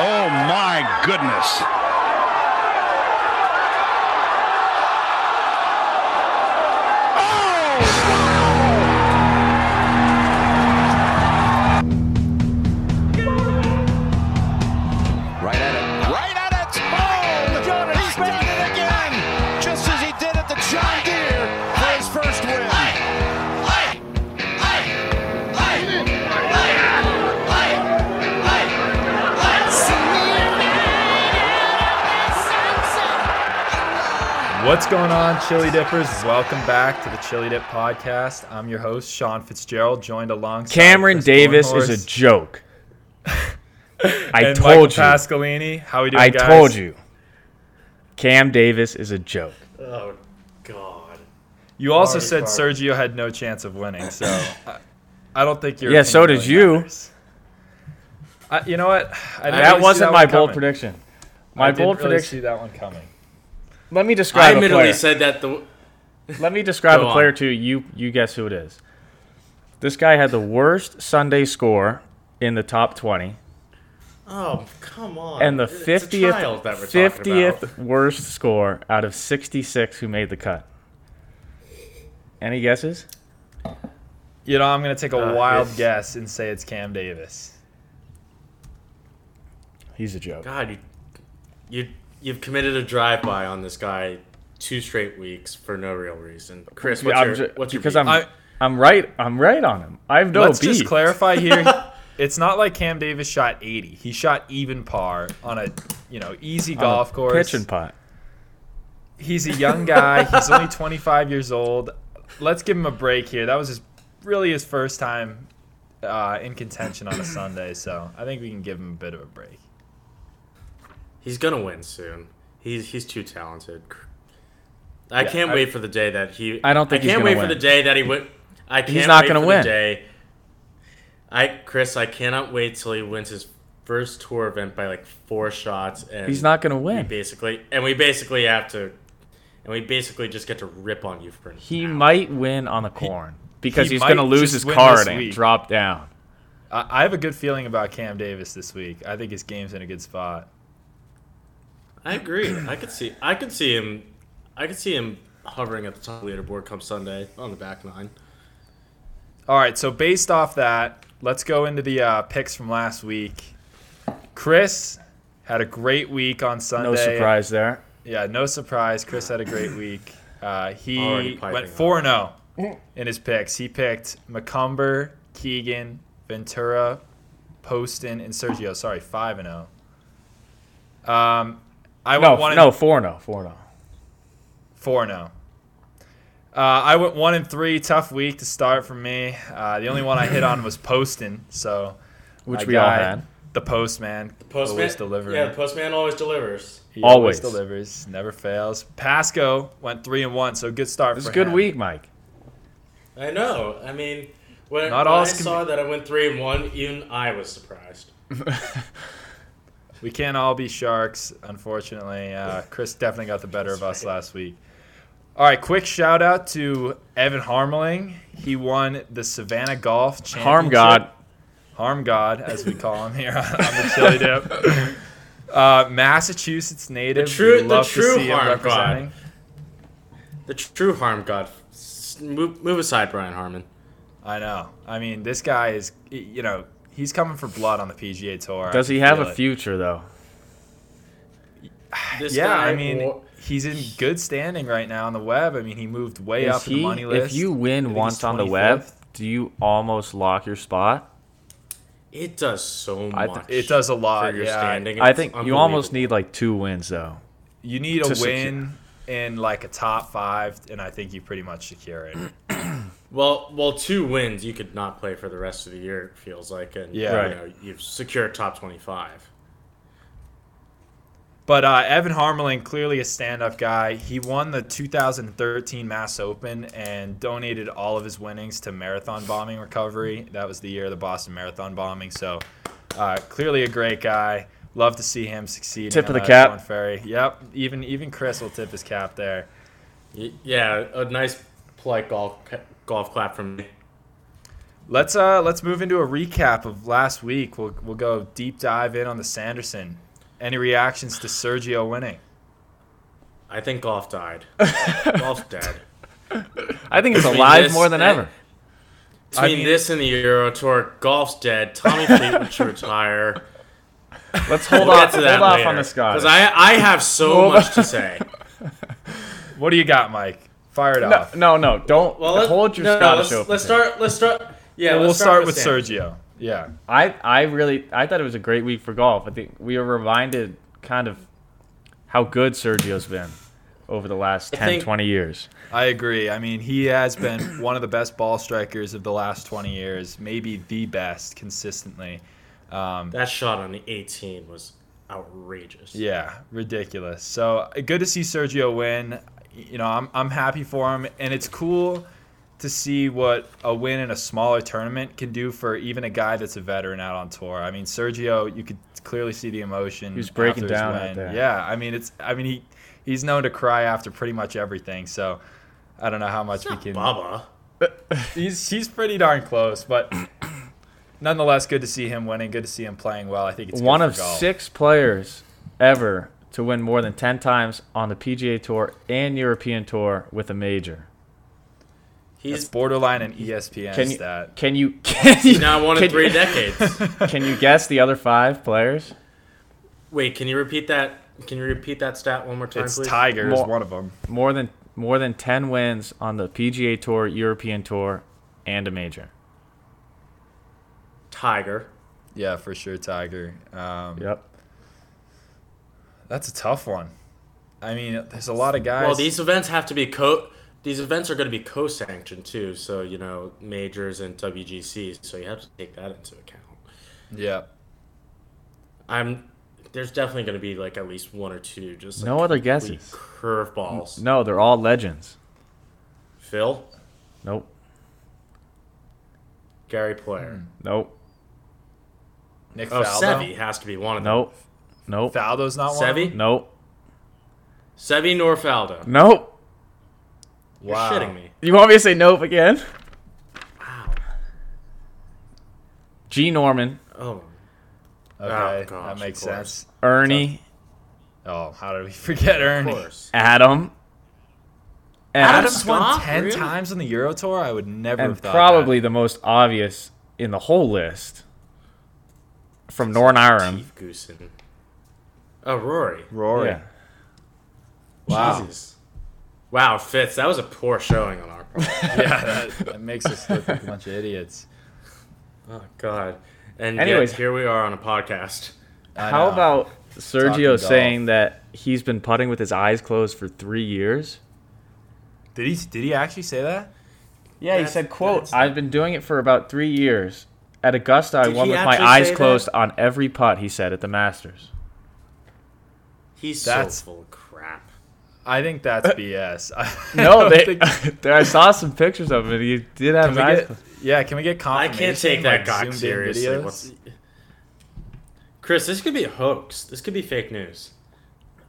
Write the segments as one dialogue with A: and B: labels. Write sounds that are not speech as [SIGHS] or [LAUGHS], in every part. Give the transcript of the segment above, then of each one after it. A: Oh my goodness.
B: Right at it. Right at it. Oh,
C: Jordan
B: he's
C: Spieth.
B: done it again. Just as he did at the John Deere for his first win.
D: What's going on, Chili Dippers? Welcome back to the Chili Dip Podcast. I'm your host, Sean Fitzgerald, joined alongside
C: Cameron
D: Chris
C: Davis is
D: Dornhorst
C: a
D: [LAUGHS]
C: joke. I
D: and Michael
C: told you.
D: Pascalini. How we doing,
C: I
D: guys?
C: told you. Cam Davis is a joke.
E: Oh God.
D: You also
E: Sorry,
D: said
E: sorry.
D: Sergio had no chance of
C: [LAUGHS]
D: winning, so I, I don't think you're.
C: Yeah, so did you.
D: I, you know what? I didn't really
C: That
D: see
C: wasn't
D: that
C: my
D: one
C: bold
D: coming.
C: prediction.
D: I
C: My
D: didn't
C: bold
D: really
C: prediction.
D: See that one coming.
C: Let me
E: I
C: describe a
E: admittedly
C: player.
E: said that the
C: Let me describe
E: Go
C: a player
E: on.
C: to you. You guess who it is. This guy had the worst Sunday score in the top twenty,
E: Oh, come on.
C: and the
E: It's a
C: fiftieth
E: child that we're talking about.
C: fiftieth worst score out of sixty six who made the cut. Any guesses?
D: You know, I'm gonna take a
E: Uh,
D: wild
E: it's-
D: guess and say it's Cam Davis.
C: He's a joke.
E: God, you you you've committed a drive by on this guy two straight weeks for no real reason. Chris, what's
C: Yeah, I'm
E: your
C: ju-
E: what's your
C: because
E: beef?
C: I'm
D: I-
C: I'm right I'm right on him. I've no
D: Let's
C: beef.
D: just
C: [LAUGHS]
D: clarify here. it's not like Cam Davis shot 80. He shot even par on a you know easy
C: on a
D: golf course.
C: Pitch and putt.
D: He's a
C: [LAUGHS]
D: young guy. He's only 25 years old. Let's give him a break here. That was his really his first time uh, in contention on a Sunday, so I think we can give him a bit of a break.
E: he's gonna win soon. He's he's too talented. I can't
D: I-
E: wait for the day that he.
C: I don't think
E: I
C: he's
E: can't
C: gonna
E: wait
C: win.
E: for the day that he win. I can't.
C: not
E: wait
C: gonna
E: for
C: win.
E: The day. I Chris, I cannot wait till he wins his first tour event by like four shots, and
C: He's not going to
E: We
C: win.
E: basically, and we basically have to, and we basically just get to rip on you for. an
C: He
E: hour.
C: might win on the corn because
D: he
C: he's going to
D: might
C: lose
D: just
C: his
D: win this
C: card and
D: week.
C: drop down.
D: I, I have a good feeling about Cam Davis this week. I think his game's in a good spot.
E: I agree. I could see. I could see him. I could see him hovering at the top of the leaderboard come Sunday on the back nine.
D: All right, so based off that, let's go into the uh, picks from last week. Chris had a great week on Sunday.
C: No surprise there.
D: Yeah, no surprise. Chris had a great week. Uh,
E: Already
D: he
E: piping
D: went
E: up.
D: 4 0 in his picks. He picked McCumber, Keegan, Ventura, Poston, and Sergio. Sorry, 5 0. Um, I
C: No,
D: went 1
C: no, 4 0. 4 0.
D: 4 0. oh. Uh, I went 1 and 3. Tough week to start for me. Uh, the only one I hit on was Poston. So
C: Which
D: my
C: we all
D: guy,
C: had.
D: The postman. always delivering.
E: Yeah, the postman always delivers.
D: He
C: Always.
D: delivers, never fails. Pasco went three and one, so good start.
C: It's
D: for
C: a good
D: him.
C: week, Mike.
E: I know. I mean, when,
D: Not
E: when
D: all
E: I
D: is conv-
E: saw that I went three and one, even I was surprised.
D: We can't all be sharks, unfortunately. Uh, Chris definitely got the better of us last week. All right, quick shout out to Evan Harmling. He won the Savannah Golf Championship.
C: Harm God.
D: Harm God, as we call him here [LAUGHS] on, on the Chili Dip. Uh, Massachusetts native.
E: The true-
D: We
E: the
D: love to
E: true
D: see him
E: Harm God.
D: representing.
E: The true harm god. S- Move, move aside, Brian Harmon.
D: I know. I mean, this guy is, you know, he's coming for blood on the PGA Tour. I
C: Does he
D: can
C: have
D: feel
C: a
D: it.
C: future, though?
E: This
D: Yeah,
E: guy
D: I mean,
E: wa-
D: he's in good standing right now on the web. I mean, he moved way
C: Is
D: up the
C: he,
D: money
C: if
D: list.
C: you
D: I
C: win
D: think
C: once
D: he's
C: on the web,
D: 25th.
C: do you almost lock your spot?
E: it does so
C: I th-
E: much.
D: it does a
E: for
D: lot.
E: your
D: yeah,
E: standing.
C: I
E: It's
C: think you almost
E: unbelievable.
C: need like two wins, though.
D: you need a
C: to secure-
D: win in like a top five, and I think you pretty much secure it.
E: Well, well, two wins you could not play for the rest of the year. It feels like, and
D: Yeah.
C: Right.
E: you know, you've secured top twenty-five.
D: But uh, Evan Harmeling, clearly a stand-up guy. He won the 2013 Mass Open and donated all of his winnings to marathon bombing recovery. That was the year of the Boston Marathon bombing. So uh, clearly a great guy. Love to see him succeed.
C: Tip
D: on
C: of the
D: that
C: cap.
D: Corn Ferry. Yep. Even even Chris will tip his cap there.
E: Y- Yeah, a nice polite golf ca- golf clap from me.
D: Let's uh let's move into a recap of last week. We'll we'll go deep dive in on the Sanderson. Any reactions to Sergio winning?
E: I think golf died. golf's dead.
C: I think it's
E: Between
C: alive
E: this
C: more than
E: and-
C: ever.
E: Between
D: mean-
E: this and the Euro Tour, golf's dead. Tommy Fleetwood should retire.
C: Let's hold
E: We'll
C: off.
E: get to that
C: Hold off
E: later,
C: on the Scottish.
E: because I I have so
C: Well-
E: much to say.
D: What do you got, Mike? Fire it
C: no,
D: off.
C: no, no, don't [LAUGHS]
E: let's-
C: hold your
E: no, no,
C: Scottish
E: let's,
C: open.
E: Let's
C: here.
E: start. Let's start. Yeah,
D: we'll
E: let's
D: start with
E: Sam.
D: Sergio. Yeah.
C: I, I really I thought it was a great week for golf. I think we were reminded kind of how good Sergio's been over the last 10,
E: think-
C: 20 years.
D: I agree. I mean, he has been one of the best ball strikers of the last 20 years, maybe the best consistently. Um,
E: That shot on the 18 was outrageous.
D: yeah, ridiculous. So uh, good to see Sergio win. You know, I'm, I'm happy for him, and it's cool to see what a win in a smaller tournament can do for even a guy that's a veteran out on tour. I mean, Sergio, you could clearly see the emotion. He
C: was breaking down out there.
D: Yeah, I mean, it's I mean he he's known to cry after pretty much everything. So I don't know how much we can.
E: Baba.
D: he's he's pretty darn close, but [CLEARS THROAT] nonetheless, good to see him winning. Good to see him playing well. I think it's good
C: One
D: for
C: of
D: golf.
C: six players ever to win more than 10 times on the PGA Tour and European Tour with a major.
D: It's
E: He's
D: borderline an E ESPN
C: Can you
D: stat.
C: can you [LAUGHS] can you,
E: now one in
C: can
E: three
C: you, [LAUGHS]
E: decades.
C: can you guess the other 5 players?
E: Wait, can you repeat that? Can you repeat that stat one more time,
D: It's
E: please?
D: Tiger is
C: More-
D: one of them.
C: More than more than 10 wins on the PGA Tour, European Tour and a major.
E: Tiger.
D: Yeah, for sure, Tiger. Um,
C: Yep.
D: That's a tough one. I mean, there's a lot of guys.
E: Well, these events have to be co. These events are going to be co-sanctioned too, so you know majors and WGCs. So you have to take that into account.
D: yeah.
E: I'm. There's definitely going to be like at least one or two just like,
C: No other
E: complete
C: guesses.
E: Curveballs.
C: No, they're all legends.
E: Phil,
C: Nope.
E: Gary Player.
C: Nope.
D: Nick
E: Oh,
D: Faldo.
E: Sevi has to be one of them.
C: Hmm. Nope. Nope.
D: Faldo's not one. of them?
E: Sevi,
C: Nope.
E: Sevi Norfaldo.
C: Nope.
E: You're
D: Wow.
E: shitting me.
C: You want me to say nope again?
E: Wow.
C: G Norman,
E: Oh,
D: Okay,
E: Oh, gosh,
D: that makes
E: of course.
D: sense.
C: Ernie,
D: Oh, how did we [LAUGHS] forget
E: of
D: Ernie?
E: course.
C: Adam. And,
D: Adams won
E: Scott,
D: ten
E: really?
D: times on the Euro Tour. I would never have
C: and
D: thought
C: probably the most obvious in the whole list from Norn Ireland.
E: Keith Goosen. Oh, Rory.
D: that. Rory.
C: Yeah.
D: Wow.
E: Jesus. Wow, Fitz, that was a poor showing on our part.
D: yeah, [LAUGHS] that, that makes us look like a bunch of idiots.
E: oh God. And
C: Anyways.
E: yet, here we are on a podcast.
D: I
C: How
D: know.
C: about
D: Talking
C: Sergio
D: golf.
C: saying that he's been putting with his eyes closed for three years?
D: did he did he actually say that?
C: Yeah,
E: That's-
C: he said, "quote
E: that's-
C: I've been doing it for about three years. At Augusta, I
E: Did
C: won
E: he
C: with my
E: actually
C: eyes
E: say that?
C: closed on every putt." He said at the Masters.
E: [LAUGHS] He's
D: That's-
E: so full of crap.
D: I think that's BS. [LAUGHS] I
C: No,
D: don't
C: they. [LAUGHS]
D: think-
C: there, I saw some pictures of him. and He did have his
D: Can we
C: eyes
D: get,
C: closed.
D: yeah, can we get
E: I
D: confirmation?
E: can't take that
D: like,
E: guy
D: zoomed in
E: seriously.
D: videos?
E: What's- Chris, this could be a hoax. This could be fake news.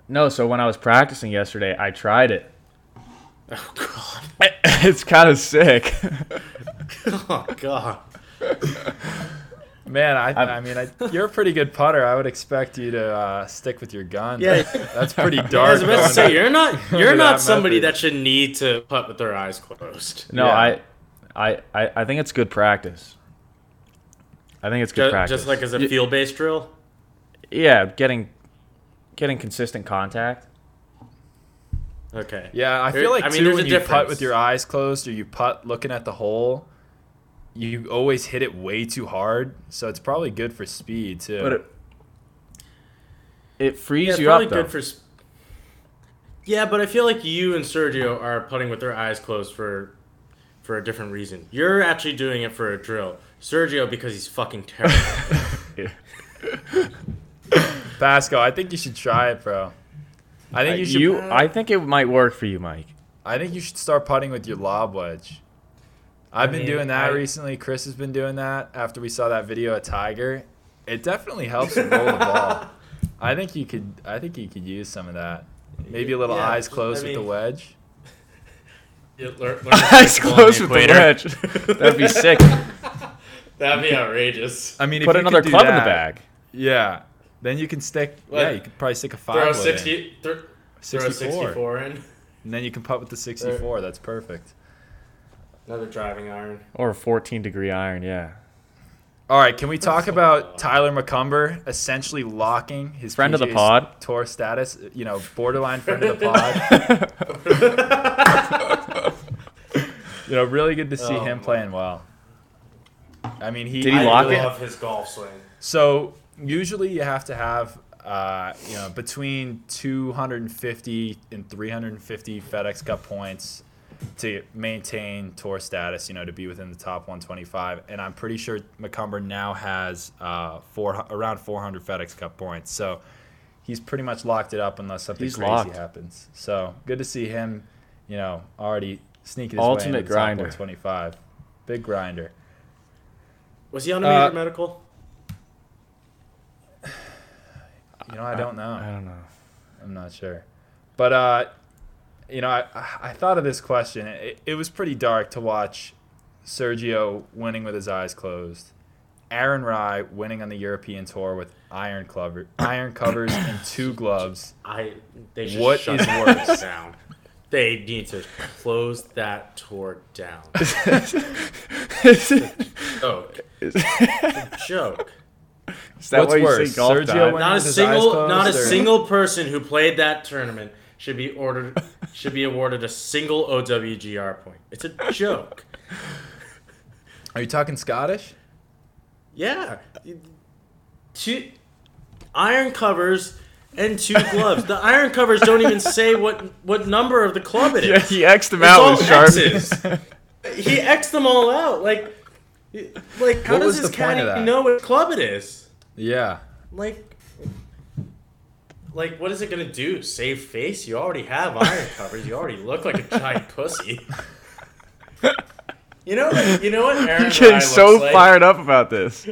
C: No, so when I was practicing yesterday, I tried it. [LAUGHS]
E: Oh God.
C: It's kind of sick.
E: [LAUGHS]
C: [LAUGHS]
E: Oh God.
D: Man, I,
C: I'm-
D: I mean, I, you're a pretty good putter. I would expect you to uh, stick with your gun.
E: Yeah.
D: that's pretty dark.
E: I was about to
D: going
E: say
D: to-
E: you're not
D: Under
E: you're
D: that
E: not somebody
D: method.
E: that should need to putt with their eyes closed.
C: No,
D: Yeah.
C: I, I, I, I think it's good practice. I think it's good
E: Ju-
C: practice.
E: Just, like as a
C: Y-
E: field based drill.
C: yeah, getting, getting consistent contact.
E: Okay.
D: yeah, I
E: There-
D: feel like
E: I mean,
D: too,
E: there's
D: when
E: a
D: you putt
E: difference.
D: with your eyes closed or you putt looking at the hole, you always hit it way too hard. So it's probably good for speed too.
C: But it, it frees
E: it's
C: you
E: probably
C: up though.
E: good for. Sp- yeah, but I feel like you and Sergio are putting with their eyes closed for, for a different reason. You're actually doing it for a drill. Sergio because he's
C: [LAUGHS]
E: fucking terrible.
D: Pasco, I think you should try it, bro. I think you should.
C: you, I think it might work for you, Mike.
D: I think you should start putting with your lob wedge. I've been
E: mean,
D: doing that
E: I-
D: recently. Chris has been doing that after we saw that video of Tiger. It definitely helps him roll the
E: [LAUGHS]
D: ball. I think you could. I think you could use some of that. Maybe a little
E: Yeah,
D: eyes
E: I
D: closed with
E: mean-
D: the wedge.
E: You lear- learn to
C: [LAUGHS] Eyes
E: play ball on
C: closed with the
E: [LAUGHS] equator.
C: wedge. That'd be sick.
E: [LAUGHS] That'd be outrageous.
D: I mean, if
C: Put
D: you
C: another
D: could do
C: club in the
D: that,
C: bag.
D: Yeah. Then you can stick. yeah,
E: What?
D: you could probably stick a five.
E: Throw
D: wood in.
E: 60, thr- throw
D: 64.
E: 64 in.
D: And then you can putt with the 64. That's perfect.
E: Another driving iron.
C: Or a 14 degree iron, yeah.
D: All right, can we talk about Tyler McCumber essentially locking his
C: Friend of the
D: PGA
C: pod.
D: tour status? You know, borderline friend of the pod.
C: [LAUGHS]
D: you know, really good to see
E: Oh,
D: him
E: my.
D: playing well. I mean, he
C: Did he
D: I
C: lock
D: really-
C: it?
E: love his golf swing.
D: So usually you have to have uh, you know between 250 and 350 FedEx Cup points to maintain tour status. You know to be within the top 125, and I'm pretty sure McCumber now has uh, four around 400 FedEx Cup points. So he's pretty much locked it up unless something
C: He's
D: crazy
C: locked.
D: happens. So good to see him. You know already sneaking his way
C: Ultimate
D: into the
C: grinder.
D: top 125. Big grinder.
E: Was he on a
D: Uh,
E: major medical?
D: You know I don't know.
C: I don't know.
D: I'm not sure. But uh, you know, I I- I thought of this question. It, it was pretty dark to watch Sergio winning with his eyes closed. Aaron Rye winning on the European tour with iron club, iron covers and two gloves.
E: I. They should
D: What
E: shut
D: is
E: that
D: worse?
E: [LAUGHS] down. They need to close that tour
D: [LAUGHS]
E: down.
C: Is it-
E: joke. It's a
D: [LAUGHS]
E: joke.
C: is that
D: What's
C: why you
D: worse,
C: say golf
D: Sergio
C: died?
D: went-
E: Not a
D: With his eyes
E: single, not a
D: closed, or-
E: single person who played that tournament should be ordered, should be awarded a single OWGR point. It's a joke.
D: Are you talking Scottish?
E: Yeah. Two iron covers and two gloves. the iron covers don't even say what what number of the club it is.
C: Yeah, he X'd him
E: It's
C: out
E: all
C: with sharp.
E: X's.
C: [LAUGHS]
E: he X'd them all out. Like like how
D: What was
E: does
D: the
E: this
D: point
E: cat
D: of
E: even
D: that?
E: know what club it is?
D: Yeah.
E: Like like what is it gonna do? Save face? You already have
D: [LAUGHS]
E: iron covers. You already look like a giant pussy. You know, you know what
C: [LAUGHS]
E: Aaron
C: You're getting
E: Rye
C: so
E: looks like?
C: fired up about this.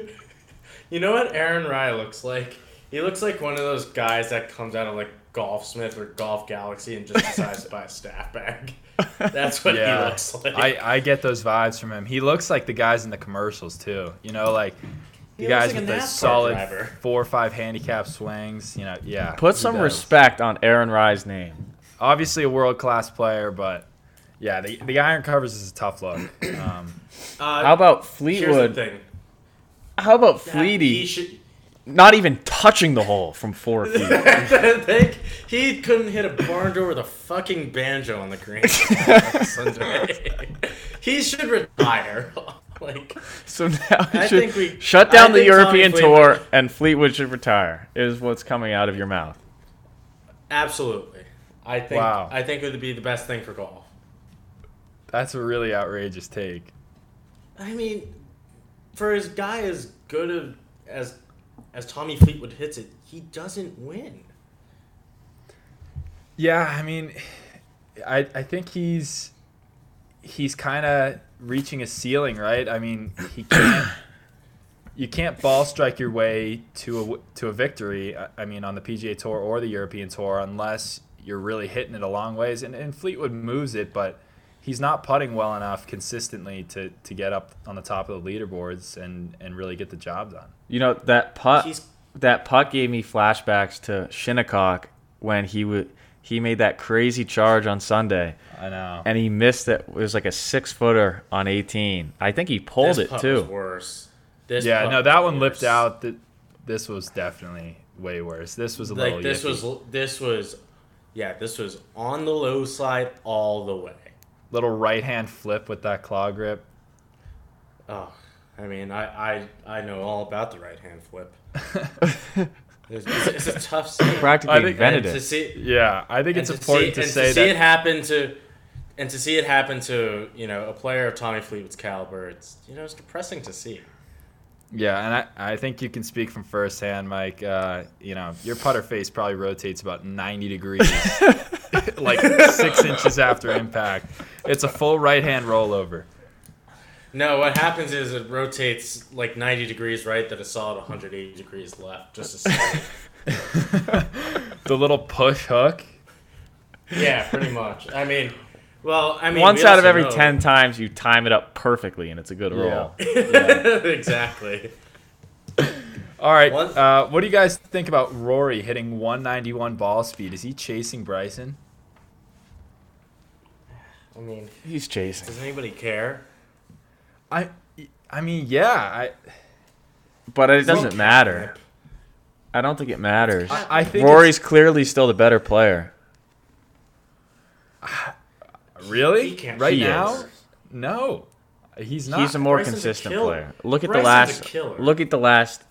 E: You know what Aaron Rye looks like? He looks like one of those guys that comes out of like Golfsmith or Golf Galaxy and just decides to buy a staff
C: [LAUGHS]
E: bag. That's what
D: Yeah.
E: he looks like.
D: I, I get those vibes from him. He looks like the guys in the commercials too. You know, like the
E: He looks
D: guys
E: like a
D: with the
E: NASCAR
D: solid
E: driver.
D: four or five handicap swings. You know, yeah.
C: Put
D: he
C: some
D: does.
C: respect on Aaron Rye's name.
D: obviously a world class player, but yeah, the, the iron covers is a tough look. Um,
E: Uh,
C: How about
E: here's the
C: Fleetwood?
E: thing.
C: How about
E: He,
C: Fleety
E: should, [LAUGHS]
C: not even touching the hole from four feet?
E: They- he couldn't hit a barn door with a fucking banjo on
D: [LAUGHS]
E: the green. Sunday. he should retire. [LAUGHS] like
C: So now [LAUGHS] you
E: I
C: should
E: think we-
C: shut
E: I
C: down the
E: think Tommy
C: European
E: Fleetwood-
C: tour and Fleetwood should retire. Is what's coming out of your mouth.
E: absolutely. I think
D: Wow.
E: I think it would be the best thing for golf.
D: that's a really outrageous take.
E: I mean, for as guy as good of, as as Tommy Fleetwood hits it, he doesn't win.
D: Yeah, I mean, I I think he's he's kind of reaching a ceiling, right? I mean, he can't. You can't ball strike your way to a w- to a victory. uh, I I mean, on the PGA Tour or the European Tour, unless you're really hitting it a long ways. And, and Fleetwood moves it, but he's not putting well enough consistently to, to get up on the top of the leaderboards and, and really get the job done.
C: You know that putt.
E: He's-
C: That putt gave me flashbacks to Shinnecock when he would he made that crazy charge on Sunday
D: I know.
C: and he missed it. It was like a six footer on 18. I think he pulled
E: This
C: it
E: putt was
C: too.
E: worse. This
D: yeah,
E: putt
D: no, that
E: was
D: one lipped
E: worse.
D: out. Th- This was definitely way worse. This was a little.
E: Like this
D: yicky.
E: was this was, yeah, this was on the low side all the way.
D: little right hand flip with that claw grip.
E: Oh, I mean, I I, I know all about the right hand
D: [LAUGHS]
E: flip. it's, it's- it's a tough scene.
C: Practically
D: I think-
C: invented
E: to
C: it.
E: see
D: Yeah, I think it's
E: and
D: important to
E: see, and
D: say
E: to see
D: that.
E: it happen to and to see it happen to you know a player of Tommy Fleetwood's caliber. It's you know it's depressing to see.
D: yeah, and I, I think you can speak from firsthand, Mike. Uh, you know, your putter face probably rotates about 90 degrees, [LAUGHS] like [LAUGHS] six inches after impact. It's a full right hand rollover.
E: No, what happens is it rotates like 90 degrees right, then a solid 180 degrees left. Just a solid.
D: The little push hook.
E: yeah, pretty much. I mean, Well, I mean,
C: Once
E: we
C: out of
E: also
C: every
E: know- [LAUGHS]
C: ten times, you time it up perfectly, and it's a good roll.
E: exactly.
D: All right.
E: One-
D: Uh, what do you guys think about Rory hitting 191 ball speed? Is he chasing Bryson?
E: I mean,
C: He's chasing,
E: does anybody care?
D: I, I mean, yeah. I,
C: but it doesn't matter. I don't think it matters.
E: Uh,
D: I, I think it's-
C: Rory's clearly still the better player.
D: really
E: He can't.
D: right
E: he
D: now.
E: is.
D: No, he's not.
C: He's a more
E: Bryson's a
C: consistent
E: killer.
C: player. Look at
E: Bryson's a
C: the
E: killer.
C: last. Look at the last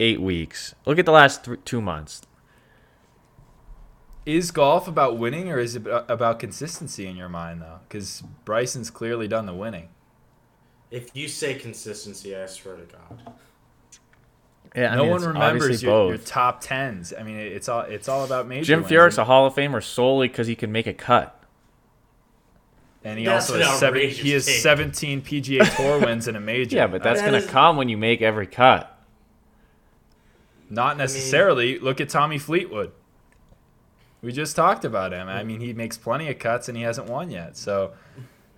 C: eight weeks. Look at the last th- two months.
D: is golf about winning or is it ab- about consistency in your mind though? Because Bryson's clearly done the winning.
E: If you say consistency, I swear to God.
C: Yeah, I
D: no
C: mean,
D: one
C: it's
D: remembers
C: obviously
D: your, your
C: both.
D: top tens. I mean, it- it's all it's all about major.
C: Jim
D: wins,
C: Furyk's a
D: and,
C: Hall of Famer solely because he can make a cut.
D: and he
E: That's
D: also
E: an
D: has seven,
E: outrageous
D: he has
E: take.
D: 17 PGA Tour wins and a
C: [LAUGHS]
D: major.
C: Yeah, but that's
E: That
C: gonna
E: is-
C: come when you make every cut.
D: Not necessarily. Look at Tommy Fleetwood. We just talked about him. I mean, he makes plenty of cuts and he hasn't won yet. So,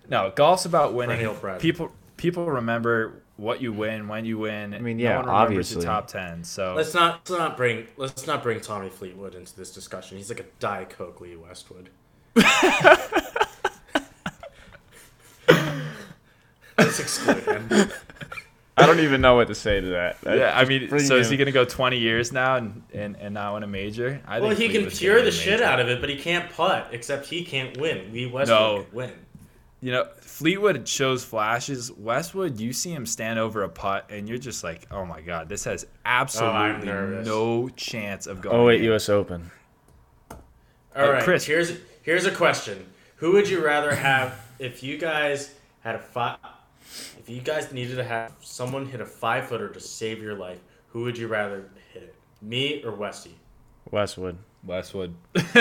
D: no, golf's about winning.
E: Perennial pride.
D: People people remember what you win, when you win. I
C: mean, yeah,
D: no one remembers
C: obviously.
D: the top ten. So
E: Let's not let's not bring let's not bring Tommy Fleetwood into this discussion. He's like a Diet Coke Lee Westwood. [LAUGHS] Let's exclude him.
C: I don't even know what to say to that. That-
D: Uh, yeah, I mean,
C: bring
D: so is
C: him.
D: he going to go 20 years now and, and, and not win a major? I
E: Well,
D: think
E: he can
D: Fleetwood's
E: cure
D: gonna
E: the
D: win a
E: shit
D: major.
E: out of it, but he can't putt. Except he can't win. Lee Westwood
D: No.
E: could win.
D: You know, Fleetwood shows flashes. Westwood, you see him stand over a putt, and you're just like, oh my god, this has absolutely
E: nervous.
D: no chance of going.
C: Oh wait,
D: in.
C: U.S. Open.
E: All
D: Uh,
E: right,
D: Chris.
E: Here's here's a question: Who would you rather have if you guys had a five? If you guys needed to have someone hit a five footer to save your life, who would you rather hit it? Me or Westy?
C: Westwood.
D: Westwood.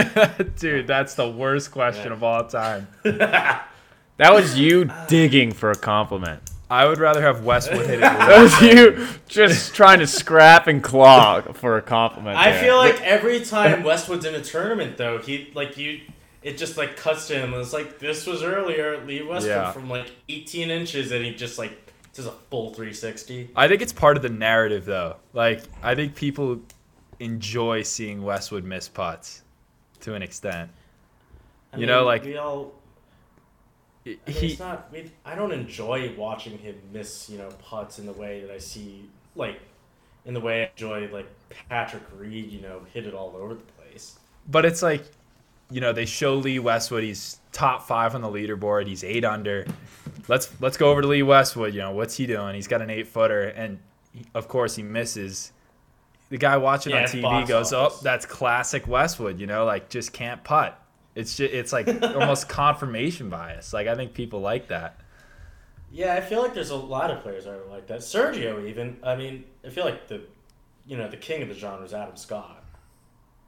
D: [LAUGHS] Dude, that's the worst question of all time.
C: That was
D: [SIGHS]
C: you digging for a compliment.
D: I would rather have Westwood hit
C: [LAUGHS]
D: it.
C: That was you
D: [LAUGHS]
C: just trying to scrap and claw for a compliment.
E: I
C: there.
E: feel like every
D: [LAUGHS]
E: time Westwood's in a tournament, though, he like you, it just like cuts to him. It's like this was earlier Lee Westwood
D: Yeah.
E: from like 18 inches, and he just like does a full 360.
D: I think it's part of the narrative, though. Like, I think people enjoy seeing Westwood miss putts to an extent.
E: I
D: You know, like-
E: we all I mean,
D: He,
E: it's not. We, I don't enjoy watching him miss, you know, putts in the way that I see, like, in the way I enjoy like Patrick Reed, you know, hit it all over the place.
D: but it's like, you know, they show Lee Westwood. He's top five on the leaderboard. He's eight under. Let's let's go over to Lee Westwood. You know, what's he doing? He's got an eight footer, and he- of course he misses. The guy watching
E: Yeah,
D: on
E: it's
D: TV
E: box
D: goes,
E: office.
D: "Oh, that's classic Westwood." You know, like just can't putt. It's just it's
E: [LAUGHS]
D: like almost confirmation bias. Like I think people like that.
E: Yeah, I feel like there's a lot of players that are like that. Sergio, even. I mean, I feel like the, you know, the king of the genre is Adam Scott.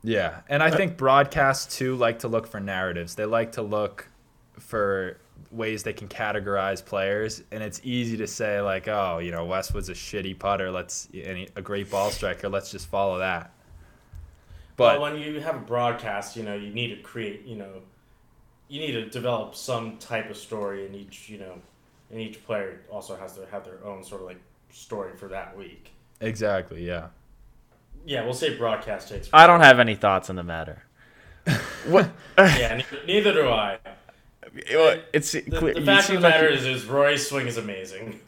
D: Yeah, and I think broadcasts too like to look for narratives. They like to look for ways they can categorize players, and it's easy to say like, "Oh, you know, Westwood's a shitty putter. Let's and he- a great ball striker. Let's just follow that."
E: But
D: But
E: when you have a broadcast, you know, you need to create, you know, you need to develop some type of story, and each, you know, and each player also has to have their own sort of like story for that week.
D: exactly, yeah.
E: Yeah, we'll say broadcast takes.
C: I don't have any thoughts on the matter. What?
E: Yeah, ne- neither do I.
C: It's
E: The,
C: clear.
E: the
C: you
E: fact of
C: seem
E: the
C: like
E: matter
C: you-
E: is, is Roy's swing is amazing.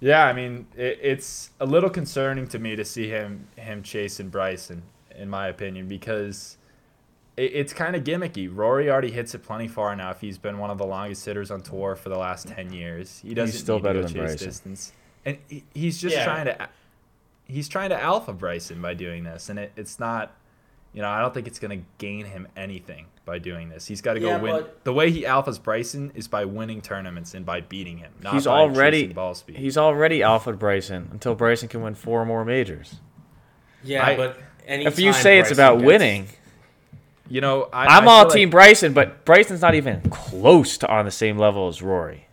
D: Yeah, I mean, it, it's a little concerning to me to see him him chasing Bryson, in my opinion, because it, it's kind of gimmicky. Rory already hits it plenty far enough. He's been one of the longest hitters on tour for the last ten years. He doesn't
C: still
D: need to
C: better
D: go
C: than
D: chase
C: Bryson.
D: distance, and he, he's just
E: Yeah.
D: trying to he's trying to alpha Bryson by doing this, and it, it's not. You know, I don't think it's going to gain him anything by doing this. He's got to go
E: Yeah,
D: win.
E: but-
D: the way he alphas Bryson is by winning tournaments and by beating him. Not
C: he's
D: by
C: already
D: chasing ball speed.
C: he's already alpha Bryson until Bryson can win four more majors.
E: Yeah,
D: I-
E: but any
C: If you say it's about winning,
D: You know, I,
C: I'm
D: I
C: all
D: feel
C: team
D: like-
C: Bryson, but Bryson's not even close to on the same level as Rory.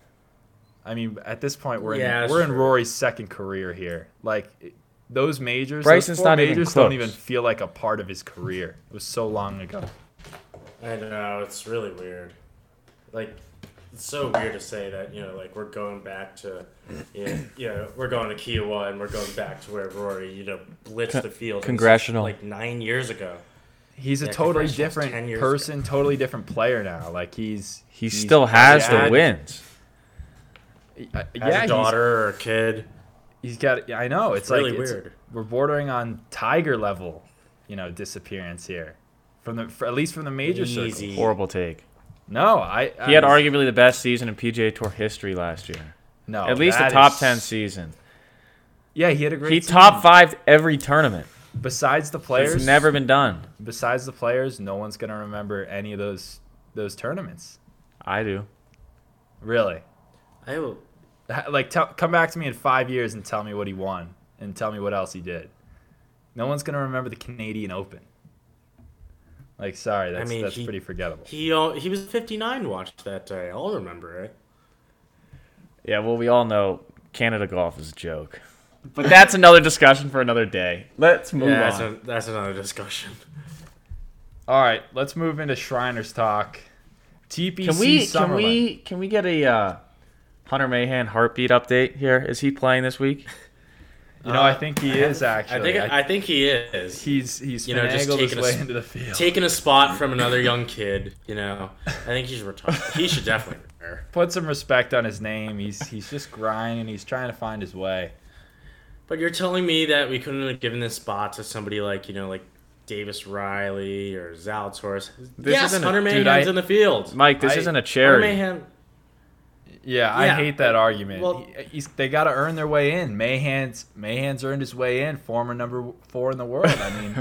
D: I mean, at this point, we're
E: Yeah,
D: in,
E: that's
D: we're in
E: true.
D: Rory's second career here. Like it- those majors,
C: Bryson's
D: those four
C: not even
D: majors don't
C: close.
D: even feel like a part of his career. It was so long ago.
E: I don't know. It's really weird. Like it's so weird to say that you know like we're going back to yeah you know, [CLEARS THROAT] we're going to Kiowa and we're going back to where Rory you know blitzed the field
F: Congressional.
E: like nine years ago.
D: He's a
E: Yeah,
D: totally
E: Congressional was 10
D: different
E: years
D: person, totally different player now. Like he's
C: He
D: he's-
C: still has
D: yeah,
C: the wins.
D: uh,
E: Has
D: yeah,
E: a
D: he's,
E: daughter or a kid.
D: he's got. I know. It's,
E: really
D: like it's-
E: weird.
D: we're bordering on Tiger level, you know, disappearance here from the for, at least from the major circle.
E: Easy.
C: Horrible take.
D: No, I. I
C: He had
D: was-
C: arguably the best season in PGA Tour history last year.
D: No,
C: At least a
D: that
C: top
D: is-
C: ten season.
D: Yeah, he had a great.
C: He
D: team.
C: top five every tournament.
D: Besides the
C: It's
D: players,
C: never been done.
D: Besides the players, no one's gonna remember any of those those tournaments.
C: I do.
D: Really,
E: I will.
D: Ha- like tell, come back to me in five years and tell me what he won and tell me what else he did. No one's gonna remember the Canadian Open. Like, sorry, that's
E: mean,
D: that's
E: he-
D: pretty forgettable.
E: He uh, he was 59 watched that day. I'll remember it.
C: Yeah, well, we all know Canada golf is a joke. But that's another discussion for another day. Let's move
E: Yeah, that's,
C: on.
E: a, that's another discussion.
D: All right, let's move into Shriners talk. TPC
C: Can we can
D: Summerlin.
C: we can we get a uh, Hunter Mahan heartbeat update here? Is he playing this week?
D: You know, I think he is actually.
E: I think
D: I-
E: I, think he is.
D: he's he's
E: you know, just
D: finagled his
E: taking a
D: way
E: s-
D: into the field.
E: [LAUGHS] taking a spot from another young kid. You know, I think he's retired.
D: [LAUGHS]
E: he should definitely retire.
D: Put some respect on his name. He's he's just grinding. He's trying to find his way.
E: But you're telling me that we couldn't have given this spot to somebody like you know like Davis Riley or Zalatoris. yes,
C: isn't a-
E: Hunter
D: dude,
E: Mahan's
D: I-
E: in the field.
C: Mike, this
D: I-
C: isn't a
E: Hunter
C: charity.
E: Mahan.
D: Yeah,
E: Yeah.
D: I hate that argument.
E: Well-
D: He- uh, he's, they got to earn their way in. Mahan's Mahan's earned his way in. Former number four in the world. I
E: [LAUGHS]
D: mean,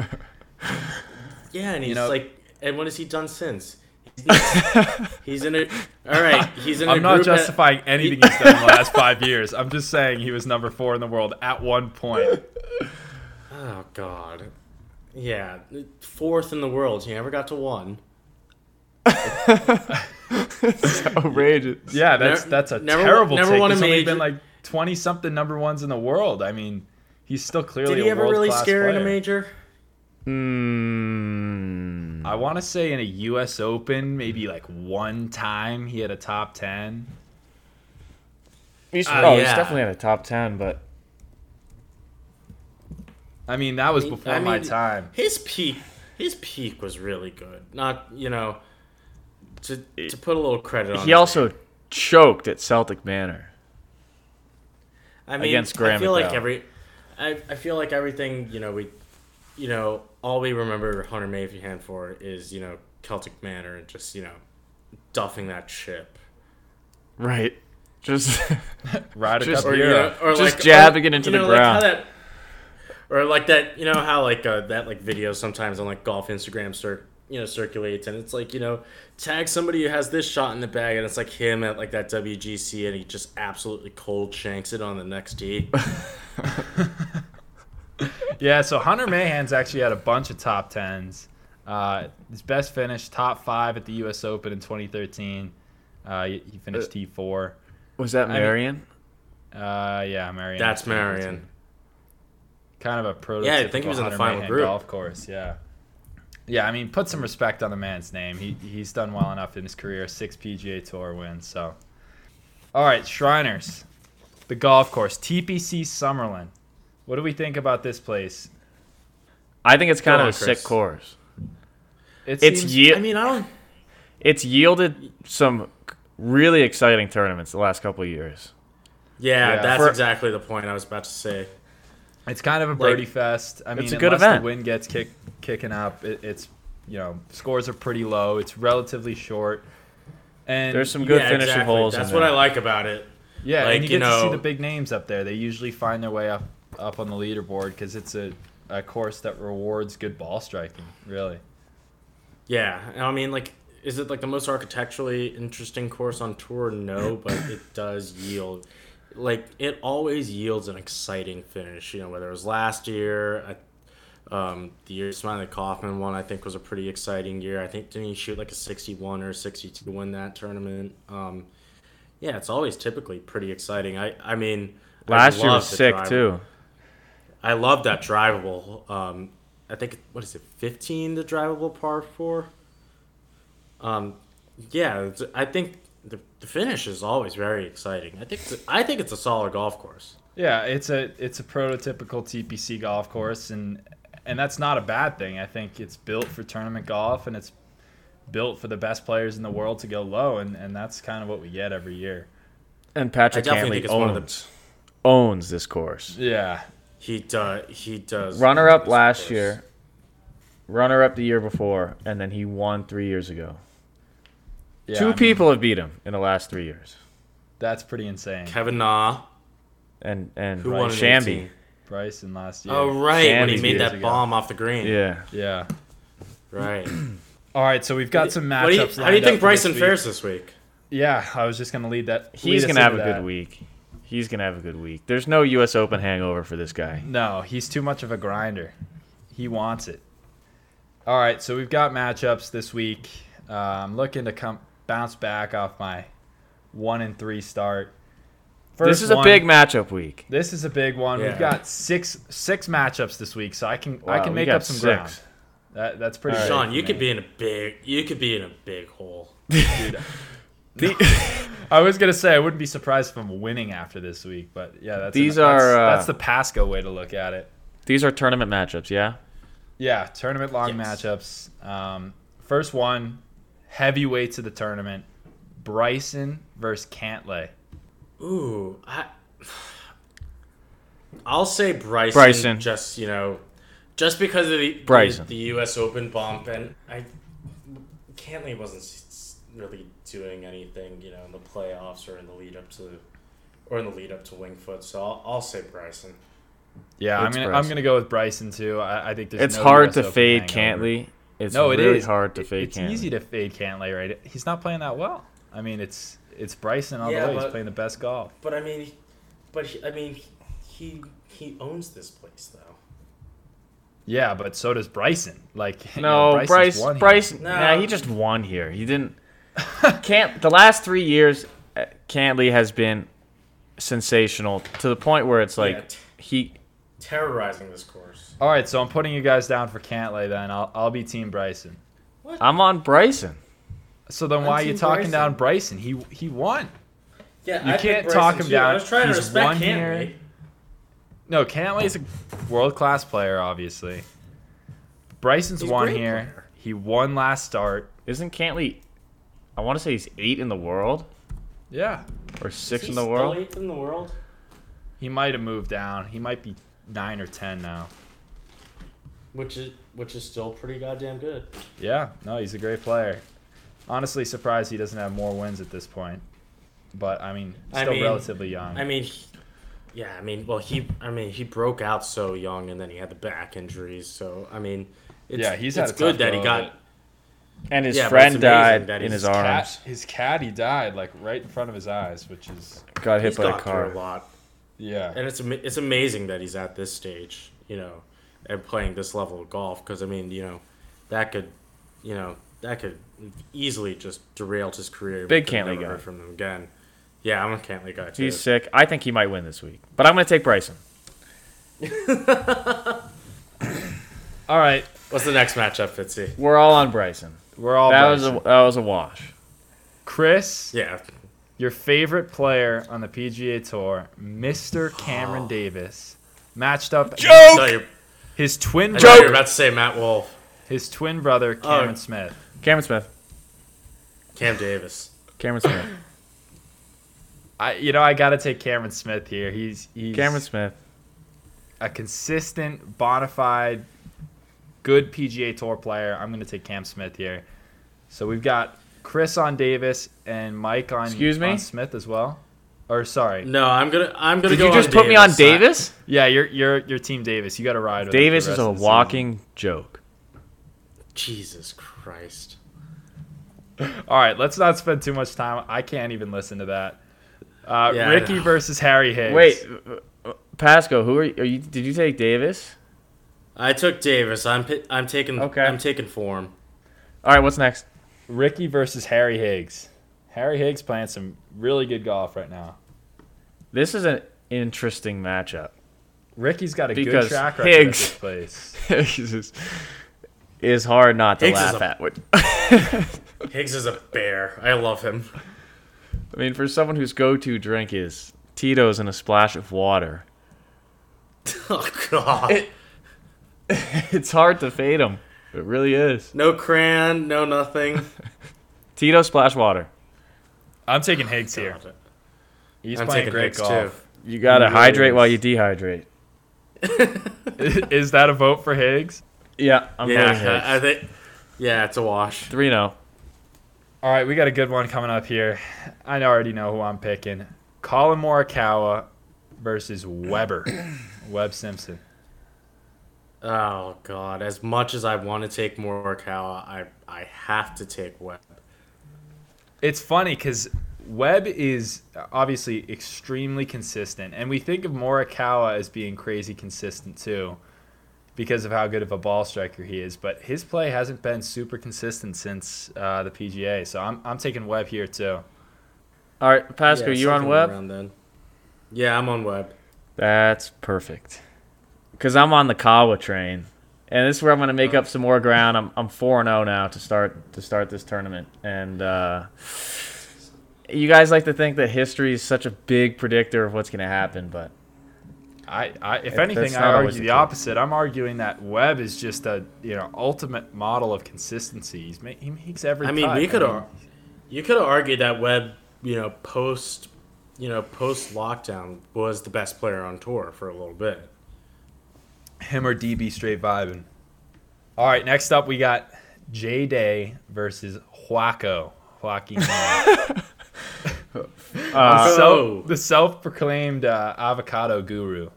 E: Yeah, and he's
D: know-
E: like, and what has he
D: [LAUGHS]
E: done since? He's not- He's in a. All right, he's in a.
D: I'm not
E: group that-
D: justifying
E: [LAUGHS]
D: anything he's done in the last five years. I'm just saying he was number four in the world at one
E: [LAUGHS]
D: point.
E: oh God. Yeah, fourth in the world. He never got to one.
C: Outrageous.
D: Yeah, that's
E: Never-
D: that's a
E: never-
D: terrible
E: never
D: take.
E: won a
D: There's only
E: major.
D: been like twenty something number ones in the world. I mean, he's still clearly
E: Did he
D: a
E: ever really
D: world-class
E: scare in a
D: player.
E: major?
C: Mm,
D: I want to say in a U.S. Open, maybe like one time he had a top ten.
C: he's,
E: Uh,
C: oh, he's
E: yeah.
C: definitely in the top ten, but
D: I mean, that was
E: mean-
D: before
E: I
D: my
E: mean-
D: time.
E: His peak, his peak was really good. Not you know, to to put a little credit on.
C: he
E: him.
C: also choked at Celtic Manor.
E: I mean,
C: against Graham
E: I feel like
C: McDowell.
E: every, I, I feel like everything you know we, you know all we remember Hunter Mahan for is you know Celtic Manor and just you know, duffing that ship.
C: Right. Just
D: Ryder
C: Just-
D: Cup
E: or, you
D: era.
E: know, or
C: Just
E: like,
C: jabbing
E: or,
C: it into
E: you
C: the
E: know, like how
C: ground.
E: that- or like that, you know how like uh, that like video sometimes on like golf Instagram cir- you know circulates, and it's like you know tag somebody who has this shot in the bag, and it's like him at like that WGC, and he just absolutely cold shanks it on the next
C: [LAUGHS]
E: tee.
D: Yeah, so Hunter Mahan's actually had a bunch of top tens. Uh, his best finish, top five at the U.S. Open in 2013. Uh, he he finished T4.
C: [LAUGHS] was that
D: mean-
C: Marion?
D: Uh, yeah, Marion.
E: That's Marion.
D: Kind of a prototypical
E: Yeah, I think he was in the
D: Hunter
E: final
D: Mahan
E: group.
D: golf course. Yeah. Yeah, I mean, put some respect on the man's name. He he's done well enough in his career. Six PGA Tour wins. So, all right, Shriners, the golf course, TPC Summerlin. What do we think about this place?
C: I think it's kind of
E: Go on,
C: a sick
E: Chris.
C: course.
D: It
C: It's
D: seems-
C: ye-
E: I mean, I don't.
C: it's yielded some really exciting tournaments the last couple of years.
E: Yeah,
D: Yeah.
E: that's
D: For-
E: exactly the point I was about to say.
D: It's kind of a birdie
E: Like,
D: fest. I mean,
C: a good
D: unless
C: event.
D: the wind gets kick, kicking up, it, it's you know scores are pretty low. It's relatively short, and
C: There's some good
E: yeah,
C: finishing
E: exactly.
C: holes.
E: That's
C: in
E: what
C: there.
E: I like about it.
D: yeah,
E: like,
D: and you
E: you
D: get to see
E: know-
D: the big names up there. They usually find their way up up on the leaderboard because it's a, a course that rewards good ball striking. Really,
E: Yeah, and I mean, like, is it like the most architecturally interesting course on tour? No,
C: [COUGHS]
E: but it does yield, like, it always yields an exciting finish. You know, whether it was last year, I, um, the year Smiley Kaufman won, I think was a pretty exciting year. I think didn't he shoot like a sixty-one or a sixty-two to win that tournament? Um, yeah, it's always typically pretty exciting. I, I mean, I
C: Last year was
E: love the
C: sick
E: drive-
C: too.
E: I love that drivable. Um, I think what is it, fifteen? The drivable par four. Um, yeah, it's- I think the, the finish is always very exciting. I think it's a, I think it's a solid golf course.
D: Yeah, it's a it's a prototypical TPC golf course, and and that's not a bad thing. I think it's built for tournament golf, and it's built for the best players in the world to go low, and, and that's kind of what we get every year.
C: And
E: I
C: Patrick
E: definitely
C: Cantley
E: think it's one of
C: owns
E: the
C: owns this course.
D: Yeah,
E: he does he does
C: Runner up
E: this
C: last
E: course.
C: year, runner up the year before, and then he won three years ago.
D: yeah
C: Two
D: I mean,
C: people have beat him in the last three years,
D: That's pretty insane.
E: Kevin Na
C: and and
E: who won in
C: Shambi.
E: 18.
D: Bryson last year.
E: Oh right, when he
C: Shambi
E: made
C: years
E: that
D: ago.
E: bomb off the green.
C: Yeah,
D: Yeah. [CLEARS THROAT]
E: Right.
D: All right, so we've got some matchups.
E: What do you, how do you
D: lined up
E: think
D: for this
E: Bryson
D: week.
E: fares this week?
D: Yeah, I was just gonna lead that.
C: he's
D: lead us
C: gonna have a
D: into
C: good
D: that.
C: week. He's gonna have a good week. There's no U.S. Open hangover for this guy.
D: No, he's too much of a grinder. He wants it. All right, so we've got matchups this week. Uh, I'm looking to come bounce back off my one and three start. First
C: this is a
D: one-
C: big matchup week.
D: This is a big one.
E: Yeah.
D: We've got six six matchups this week, so I can I
C: Wow,
D: can
C: we
D: make
C: got
D: up some
C: six.
D: ground. That, that's pretty. good
E: Sean,
D: for
E: you
D: me.
E: could be in a big you could be in a big hole.
D: I was gonna say I wouldn't be surprised if I'm winning after this week, but yeah, that's
C: These
D: that's-
C: are, uh,
D: that's the Pasco way to look at it.
C: These are tournament matchups. Yeah,
D: Yeah, tournament long
E: Yes.
D: matchups. Um, first one, heavyweights of the tournament, Bryson versus Cantley.
E: Ooh, I, [SIGHS] I'll say Bryson.
C: Bryson.
E: just you know, just because of the
C: Bryson.
E: the, U.S. Open bump, and I, Cantley wasn't s- really doing anything, you know, in the playoffs or in the lead up to, or in the lead up to Wingfoot. So I'll, I'll say Bryson.
D: Yeah, I'm
C: It's
D: gonna I'm
C: Bryson.
D: gonna go with Bryson too. I, I think there's
C: it's
D: no
C: hard
D: US
C: to
D: Open
C: fade
D: hangover.
C: Cantley. It's
D: No, it is
C: really hard to
D: It-
C: fade
D: It's
C: Cantley.
D: easy to fade Cantley, right? He's not playing that well. I mean, it's it's Bryson all
E: Yeah,
D: the way. He's
E: but-
D: playing the best golf.
E: But I mean, but he, I mean, he he owns this place though.
D: Yeah, but so does Bryson. Like [LAUGHS] you know,
C: No,
D: Bryson's
C: Bryce.
D: won here.
C: Bryce.
E: No.
C: Nah, he just won here. He
E: [LAUGHS]
C: didn't. Can't. The last three years, uh, Cantley has been sensational to the point where it's like
E: Yeah, t-
C: he.
E: terrorizing this course.
D: All right, so I'm putting you guys down for Cantley. Then I'll I'll be team Bryson.
C: I'm on Bryson.
D: So then why are you
E: team
D: talking
E: Bryson.
D: down Bryson? He he won.
E: Yeah,
D: You
E: I
D: can't
E: picked
D: talk him
E: Bryson, too.
D: down.
E: I was trying
D: He's
E: to respect
D: one
E: Cantley.
D: here. No, Cantley's a world class player, obviously. Bryson's
E: He's a
D: won
E: great
D: here.
E: player.
D: He won last start.
C: Isn't Cantley? I want to say he's eight in the world
D: Yeah.
C: or six
E: Is
C: in
E: he
C: the
E: still
C: world.
E: eighth in the world.
D: He might have moved down. He might be nine or ten now.
E: which is which is still pretty goddamn good.
D: Yeah, no, he's a great player. Honestly surprised he doesn't have more wins at this point. But I mean,
E: I
D: still
E: mean-
D: relatively young.
E: I mean, he- yeah, I mean, well, he, I mean, he broke out so young, and then he had the back injuries. So I mean, it's,
D: Yeah, he's had
E: it's
D: a
E: good
D: tough
E: that
D: go
E: he
D: of
E: got.
D: it.
C: And his
E: Yeah, but
C: friend
E: it's amazing
C: died
E: that
C: in
E: he's
C: his
E: cat-
C: arms.
D: his caddy died like right in front of his eyes, which is
C: Got hit
E: He's
C: by a
E: gone through a
C: car.
E: lot,
D: yeah.
E: and it's ama- it's amazing that he's at this stage, you know, and playing this level of golf. Because I mean, you know, that could, you know, that could easily just derail his career. We
C: Big
E: could've
C: Cantley
E: never
C: guy.
E: heard from him again. Yeah, I'm a Cantley guy too.
C: He's sick. I think he might win this week, but I'm going to take Bryson.
D: All right,
E: What's the next matchup, Fitzy?
C: We're all on Bryson.
D: we're all
C: that
D: Bryson.
C: was a that was a wash.
D: Chris.
E: Yeah,
D: Your favorite player on the PGA Tour,
C: [SIGHS]
D: Mr. Cameron Davis, matched up
E: I
C: Joke.
E: thought you-
D: his twin
E: I thought you were
D: brother,
E: about to say Matt Wolf.
D: his twin brother Cameron Smith.
C: Cameron Smith.
E: Cam Davis.
C: Cameron Smith.
D: I, you know, I gotta take Cameron Smith here. He's he's
C: Cameron Smith.
D: a consistent, bona fide, good PGA Tour player. I'm gonna take Cam Smith here. So we've got Chris on Davis and Mike on,
C: Excuse me?
D: on Smith as well. Or sorry,
E: No, I'm gonna. I'm gonna.
C: Did
E: go
C: you just
E: on
C: put me on
E: I-
C: Davis?
D: yeah, you're you're your team Davis. You gotta ride. With him for
C: Davis
D: the
C: is
D: rest
C: a
D: of the
C: walking joke.
E: Jesus Christ.
D: season. All right, let's not spend too much time. I can't even listen to that. Uh,
E: Yeah, I
D: Ricky
E: know.
D: versus Harry Higgs.
C: Wait, uh, Pasco, who are you, are you? Did you take Davis?
E: I took Davis. I'm. pi- I'm taking.
C: Okay.
E: I'm taking form.
C: All right, what's next?
D: Ricky versus Harry Higgs. Harry Higgs playing some really good golf right now.
C: This is an interesting matchup. [LAUGHS]
D: Ricky's got a
C: Because
D: good track record at
C: Higgs-
D: this place.
C: This is is hard not to
E: Higgs is
C: laugh
E: a-
C: at. What-
E: Higgs is a bear. I love him.
C: [LAUGHS]
E: [LAUGHS]
C: I mean, for someone whose go-to drink is Tito's and a splash of water, [LAUGHS]
E: Oh god.
C: it's hard to fade him. It really is.
E: no crayon, no nothing. [LAUGHS]
C: Tito splash water.
D: I'm taking Higgs here. He's
E: I'm
D: playing
E: taking
D: great
E: Hicks
D: golf. [LAUGHS]
C: You gotta
E: Yes.
C: hydrate while you dehydrate.
E: [LAUGHS]
D: Is that a vote for Higgs?
C: Yeah, I'm
E: too. Yeah, I, I think. Yeah, it's a wash.
C: Three oh. no.
D: All right, we got a good one coming up here. I already know who I'm picking. Colin Morikawa versus Weber, Webb Simpson.
E: Oh god. As much as I want to take Morikawa, I I have to take Webb.
D: It's funny because Webb is uh, obviously extremely consistent, and we think of Morikawa as being crazy consistent too, because of how good of a ball striker he is. But his play hasn't been super consistent since uh, the PGA, so I'm I'm taking Webb here too.
C: All right, Pasco,
E: Yeah,
C: you on
E: something
C: web?
E: around then. Yeah, I'm on Webb.
C: That's perfect. Cause I'm on the Kawa train, and this is where I'm gonna make up some more ground. I'm I'm four and zero now to start to start this tournament, and uh, you guys like to think that history is such a big predictor of what's gonna happen, but
D: I, I if
C: If
D: anything,
C: that's
D: I
C: not
D: argue
C: always
D: the,
C: the case.
D: opposite. I'm arguing that Webb is just a you know ultimate model of consistency. He's ma- he makes every.
E: I mean,
D: cut.
E: we could ar- you could argue that Webb, you know, post, you know, post lockdown was the best player on tour for a little bit.
D: him or DB straight vibing. All right, next up we got J Day versus Huaco. Joaquin. Noah.
C: uh,
D: so the self-proclaimed uh, avocado guru.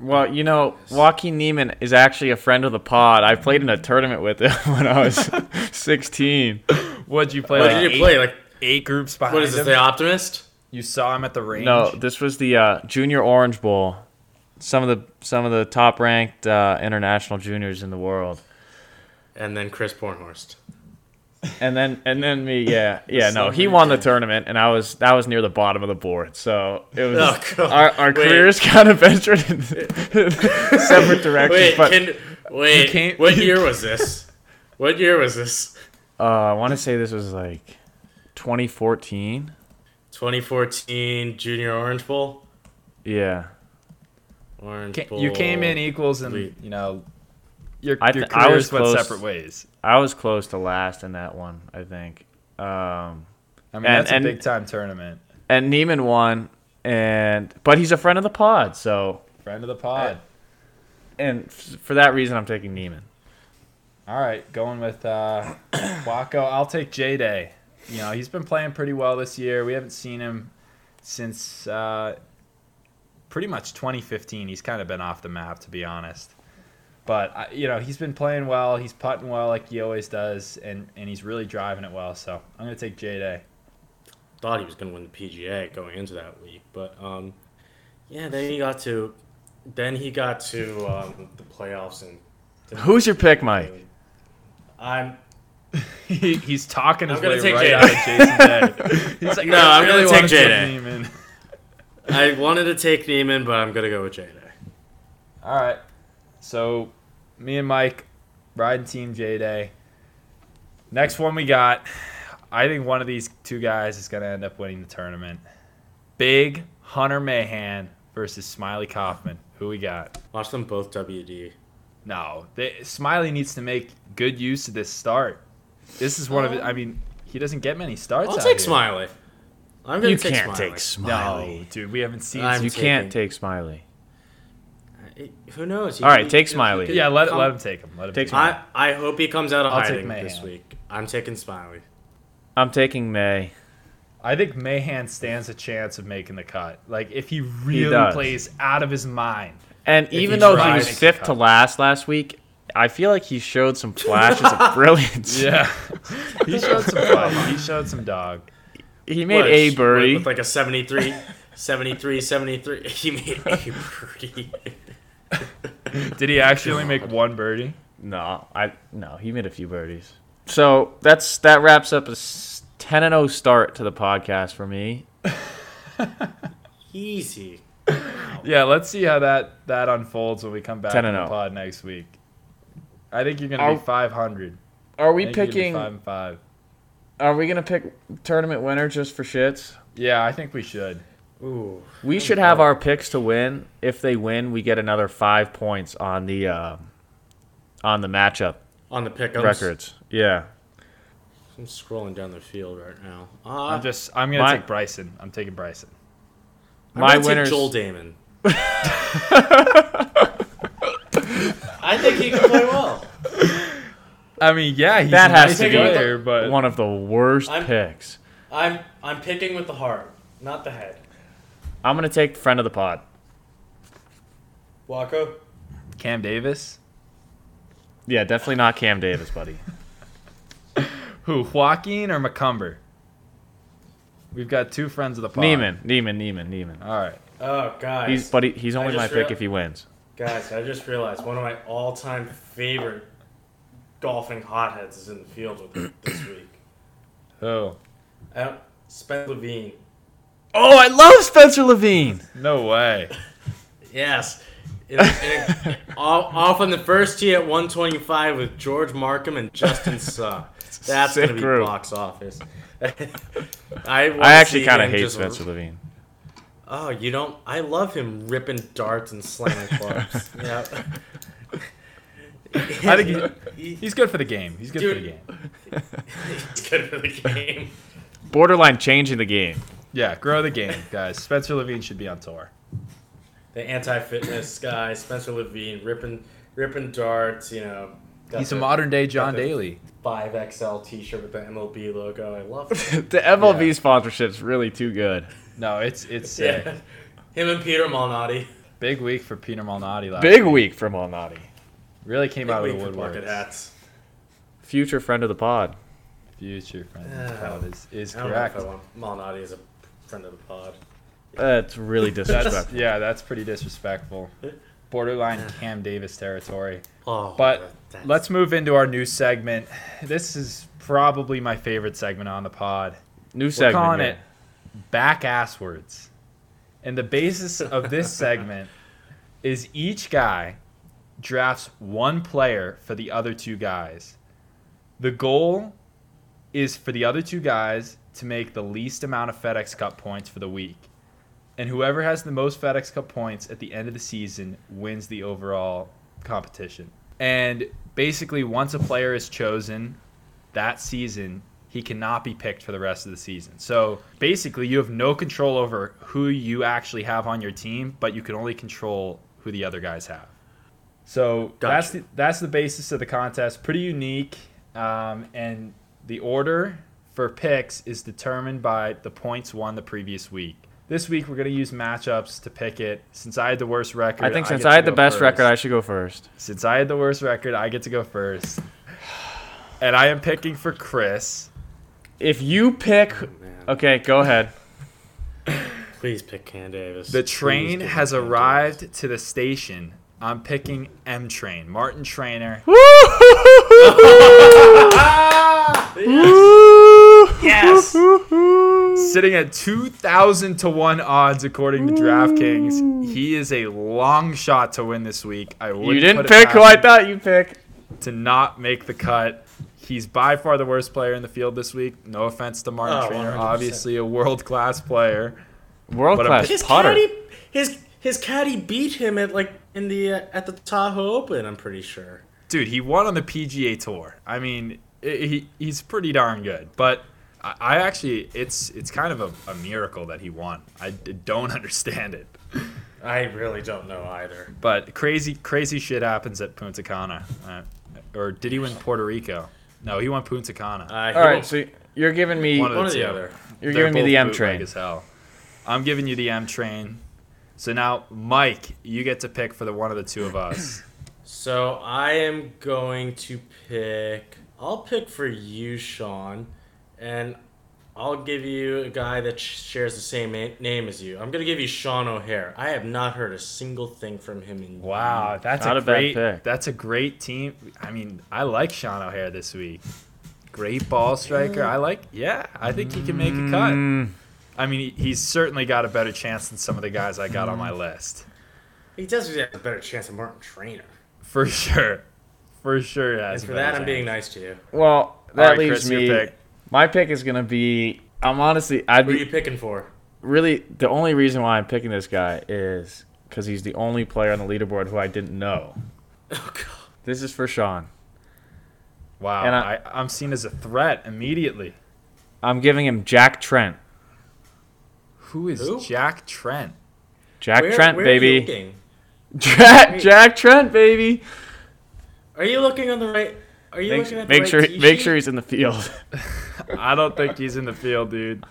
C: well, you know, Joaquin Neiman is actually a friend of the pod. I played in a tournament with him [LAUGHS] when I was 16.
D: What'd you play?
E: What
D: like
E: did you
D: eight,
E: play? Like,
D: Eight groups behind
E: what is this?
D: him?
E: The Optimist?
D: You saw him at the range.
C: No, this was the uh, Junior Orange Bowl. Some of the some of the top ranked uh, international juniors in the world.
E: And then Chris Bornhorst.
C: and then and then me
E: [LAUGHS]
C: yeah yeah no he won the tournament and i was that was near the bottom of the board so it was
E: [LAUGHS] Oh, God.
C: our, our
E: Wait.
C: careers kind of [LAUGHS] ventured
E: [LAUGHS]
C: in separate directions
E: Wait,
C: but
E: can, wait.
D: can't-
E: what
D: you
E: year was this? What year was this?
C: uh, i want to say this was like 2014
E: 2014 Junior Orange Bowl.
C: yeah
E: Orange
D: Ca-
E: Bowl.
D: you came in equals, and
E: Wait.
D: you know your
C: I
D: your
C: th- I was
D: careers went
C: close.
D: separate ways.
C: i was close to last in that one i think um
D: I
C: And-
D: mean, that's
C: and-
D: a big-time tournament.
C: and neiman won and but he's a friend of the pod so
D: Friend of the pod.
C: and f- for that reason i'm taking neiman
D: All right, going with uh, [COUGHS] Waco. I'll take J Day. You know, he's been playing pretty well this year. We haven't seen him since uh, pretty much 2015. He's kind of been off the map, to be honest. But, I, you know, he's been playing well. He's putting well like he always does, and, and he's really driving it well. So I'm going to take J Day.
E: Thought he was going to win the PGA going into that week, but um, yeah. Then he got to, then he got to um, the playoffs and.
C: who's your pick mike
E: I'm
D: [LAUGHS] He, he's talking his
E: I'm gonna
D: way
E: take
D: right
E: J-Day. [LAUGHS]
D: out of Jason Day. He's like,
E: No,
D: I
E: I'm gonna
D: really
E: take
D: wanna
E: J-Day.
D: Neiman.
E: I wanted to take Neiman, but I'm gonna go with Jada.
D: All right. So, me and Mike riding Team J Day. Next one we got. I think one of these two guys is going to end up winning the tournament. Big Hunter Mahan versus Smiley Kaufman. Who we got?
E: Watch them both WD.
D: No, they, Smiley needs to make good use of this start. This is one of. I mean, he doesn't get many starts.
E: Um, I'll
D: out
E: take
D: here.
E: Smiley. I'm gonna
C: you
E: take
C: can't
E: Smiley.
C: take
D: No,
C: smiley
D: dude, we haven't seen.
E: I'm
C: you can't
E: taking-
C: take smiley
E: It- Who knows? He
C: All
E: could
C: right,
E: be-
C: take
E: he
C: Smiley.
E: could
D: yeah, let,
E: come-
D: let him take him. Let him
C: Take
D: take him.
E: I I hope he comes out of
D: I'll take
E: hiding
D: Mahan.
E: this week. I'm taking Smiley.
C: i'm taking may
D: I think Mahan stands a chance of making the cut. Like if he really
C: does.
D: plays out of his mind.
C: And even
E: he's
C: though he
E: right,
C: was
E: it could
C: fifth to last last week, I feel like he showed some flashes
E: [LAUGHS]
C: of brilliance.
D: Yeah. [LAUGHS] he showed some fight. He showed some dog.
C: He made
E: What,
C: a
E: what,
C: birdie.
E: with like a [LAUGHS] 73, 73, 73. [LAUGHS] He made a birdie.
D: Did he actually make one birdie?
C: no, I no, he made a few birdies. So that's that wraps up a s- ten and zero start to the podcast for me.
E: Easy.
D: Yeah, let's see how that that unfolds when we come back
C: 10
D: on
C: and
D: the
C: oh.
D: pod next week. I think you're gonna
C: Are-
D: be 500.
C: Are
D: I
C: we
D: think you're gonna be
C: picking?
D: five and five.
C: Are we gonna pick tournament winner just for shits?
D: Yeah, I think we should.
E: Ooh.
C: We should have our picks to win. If they win, we get another five points on the uh, on the matchup
E: On the pickups.
C: records. Yeah,
E: I'm scrolling down the field right now. Uh,
D: I'm just. I'm gonna
C: my-
D: take Bryson. I'm taking Bryson.
E: I'm
C: my
E: gonna
C: winners-
E: take
C: [LAUGHS]
E: Joel Damon. I think he can play well.
D: I mean, yeah, he's
C: that
D: a
C: has
D: nice
C: to be
D: player, but
C: one of the worst
E: I'm-
C: picks.
E: I'm I'm picking with the heart, not the head.
C: I'm gonna take friend of the pod.
E: Waco.
D: Cam Davis,
C: Yeah, definitely not Cam Davis, buddy.
D: who Joaquin or McCumber? We've got two friends of the pod.
C: Neiman, Neiman, Neiman, Neiman.
D: All right.
E: Oh guys.
C: He's buddy. He's only
E: just
C: my pick
E: real-
C: if he wins.
E: Guys, I just realized one of my all-time favorite golfing hotheads is in the field with me this week.
D: Oh
E: I don't, Spencer Levine.
C: Oh, I love Spencer Levine.
D: no way.
E: Yes. It,
C: [LAUGHS]
E: it, off, off on the first tee at 125 with George Markham
C: [LAUGHS]
E: and Justin Suh. That's
C: sick
E: going to be
C: group. [LAUGHS]
E: box office. I, wanna
C: I actually
E: see
C: kind of
E: him
C: hate
E: just-
C: Spencer Levine.
E: Oh, you don't? I love him ripping darts and slamming
C: [LAUGHS]
E: clubs. yeah.
D: I think he-
E: [LAUGHS] he,
D: He's good for the game. He's good for the
E: Dude.
D: game.
E: he's good for the game.
C: Borderline changing the game.
D: Yeah, grow the game, guys. Spencer Levine should be on tour.
E: The anti-fitness guy, Spencer Levine, ripping ripping darts. You know, got
D: He's a
E: the
D: modern day John
E: got the-
D: Daly.
E: five XL T-shirt with the MLB logo. I love it.
C: The MLB sponsorship's really too [LAUGHS] good.
D: No, it's it's sick.
E: [LAUGHS] yeah. Him and Peter Malnati.
D: Big week for Peter Malnati last
C: Big
D: week.
C: week from Malnati.
D: Really came out of
E: Week
D: the
E: for bucket
D: woodwork.
E: hats.
C: Future friend of the pod.
D: Future friend
E: Yeah.
D: Proud is, is
E: I don't know if
D: correct.
E: I want Malnati as a friend of the pod.
C: That's really
D: That's,
C: disrespectful.
D: yeah, that's pretty disrespectful. Borderline Cam Davis territory.
E: Oh,
D: But
E: that-
D: let's move into our new segment. This is probably my favorite segment on the pod.
C: New
D: We're
C: segment.
D: calling
C: here.
D: it back ass words. And the basis
C: [LAUGHS]
D: of this segment is each guy drafts one player for the other two guys. The goal is for the other two guys to make the least amount of FedEx Cup points for the week. And whoever has the most FedEx Cup points at the end of the season wins the overall competition. And basically, once a player is chosen, that season, he cannot be picked for the rest of the season. So basically, you have no control over who you actually have on your team, but you can only control who the other guys have. So that's the,
E: Gotcha.
D: that's the basis of the contest. Pretty unique, um, and the order for picks is determined by the points won the previous week. This week we're going to use matchups to pick it. Since I had the worst record,
C: I think since
D: get
C: I
D: to
C: had the
D: go
C: best
D: first.
C: record, I should go first.
D: Since I had the worst record, I get to go first. And I am picking for Chris.
C: If you pick,
E: Oh, man.
C: okay, go ahead.
E: please pick Cam Davis.
D: The
E: Please
D: train
E: give me
D: has
E: Cam Davis.
D: arrived to the station. I'm picking M Train, Martin Trainer.
C: yes.
D: Sitting at 2,000 to 1 odds according to DraftKings. He is a long shot to win this week. I
C: You
D: wouldn't
C: didn't
D: put it
C: pick who
D: past
C: I
D: him
C: thought you picked.
D: To not make the cut. He's by far the worst player in the field this week. No offense to Martin
E: Oh,
D: Trainer,
E: 100%.
D: obviously a world class player.
C: World
D: But I'm
C: class
E: His
C: putter.
E: caddy, his his caddy beat him at like in the uh, at the Tahoe Open. I'm pretty sure.
D: dude, he won on the PGA Tour. I mean, i he he's pretty darn good. But I, I actually, it's it's kind of a, a miracle that he won. I d- don't [LAUGHS] understand it.
E: I really don't know either.
D: But crazy crazy shit happens at Punta Cana, uh, or did he win Puerto Rico? No, he won Punta Cana.
E: Uh, he
C: All right,
E: won't-
C: so you're giving me
D: One of
E: one or the
D: two.
E: other.
C: you're
D: They're
C: giving me
D: both
C: the M
D: bootleg
C: train.
D: as hell. I'm giving you the M train. So now, Mike, you get to pick for the one of the two of us.
E: So I am going to pick. I'll pick for you, Sean, and I'll give you a guy that sh- shares the same na- name as you. I'm gonna give you Sean O'Hare. I have not heard a single thing from him
D: [LAUGHS]
E: in
D: Wow, that's
C: Not
D: a,
C: a bad
D: great.
C: pick.
D: That's a great team. I mean, I like Sean O'Hare this week. Great ball striker. I like. Yeah, I think he can make a cut.
C: Mm,
D: I mean, he, he's certainly got a better chance than some of the guys I got on
C: Mm.
D: my list
E: He does have a better chance than Martin Trainer.
D: for sure. For sure, he has
E: And for
D: a better
E: that, I'm
D: chance.
E: being nice to you.
C: well,
D: All
C: that
D: right,
C: leaves
D: Chris, your
C: me.
D: pick.
C: My pick is gonna be. I'm honestly, I'd
E: Who are you
C: be
E: picking for? [LAUGHS]
C: really the only reason why I'm picking this guy is because he's the only player on the leaderboard who I didn't know.
E: Oh god.
C: This is for Sean.
D: Wow,
C: And
D: I,
C: I-
D: I, am seen as a threat immediately.
C: I'm giving him Jack Trent.
D: Who is
E: Who?
D: Jack Trent?
C: Jack
E: Where-
C: Trent,
E: where Are you,
C: baby.
E: looking?
C: [LAUGHS] Jack, Jack Trent, baby.
E: Are you looking on the right? Are you
C: Make,
E: looking at the
C: make
E: right
C: sure,
E: tee
C: make
E: sheet?
C: sure he's in the field.
E: [LAUGHS]
D: I don't think he's in the
C: [LAUGHS]
D: field, dude.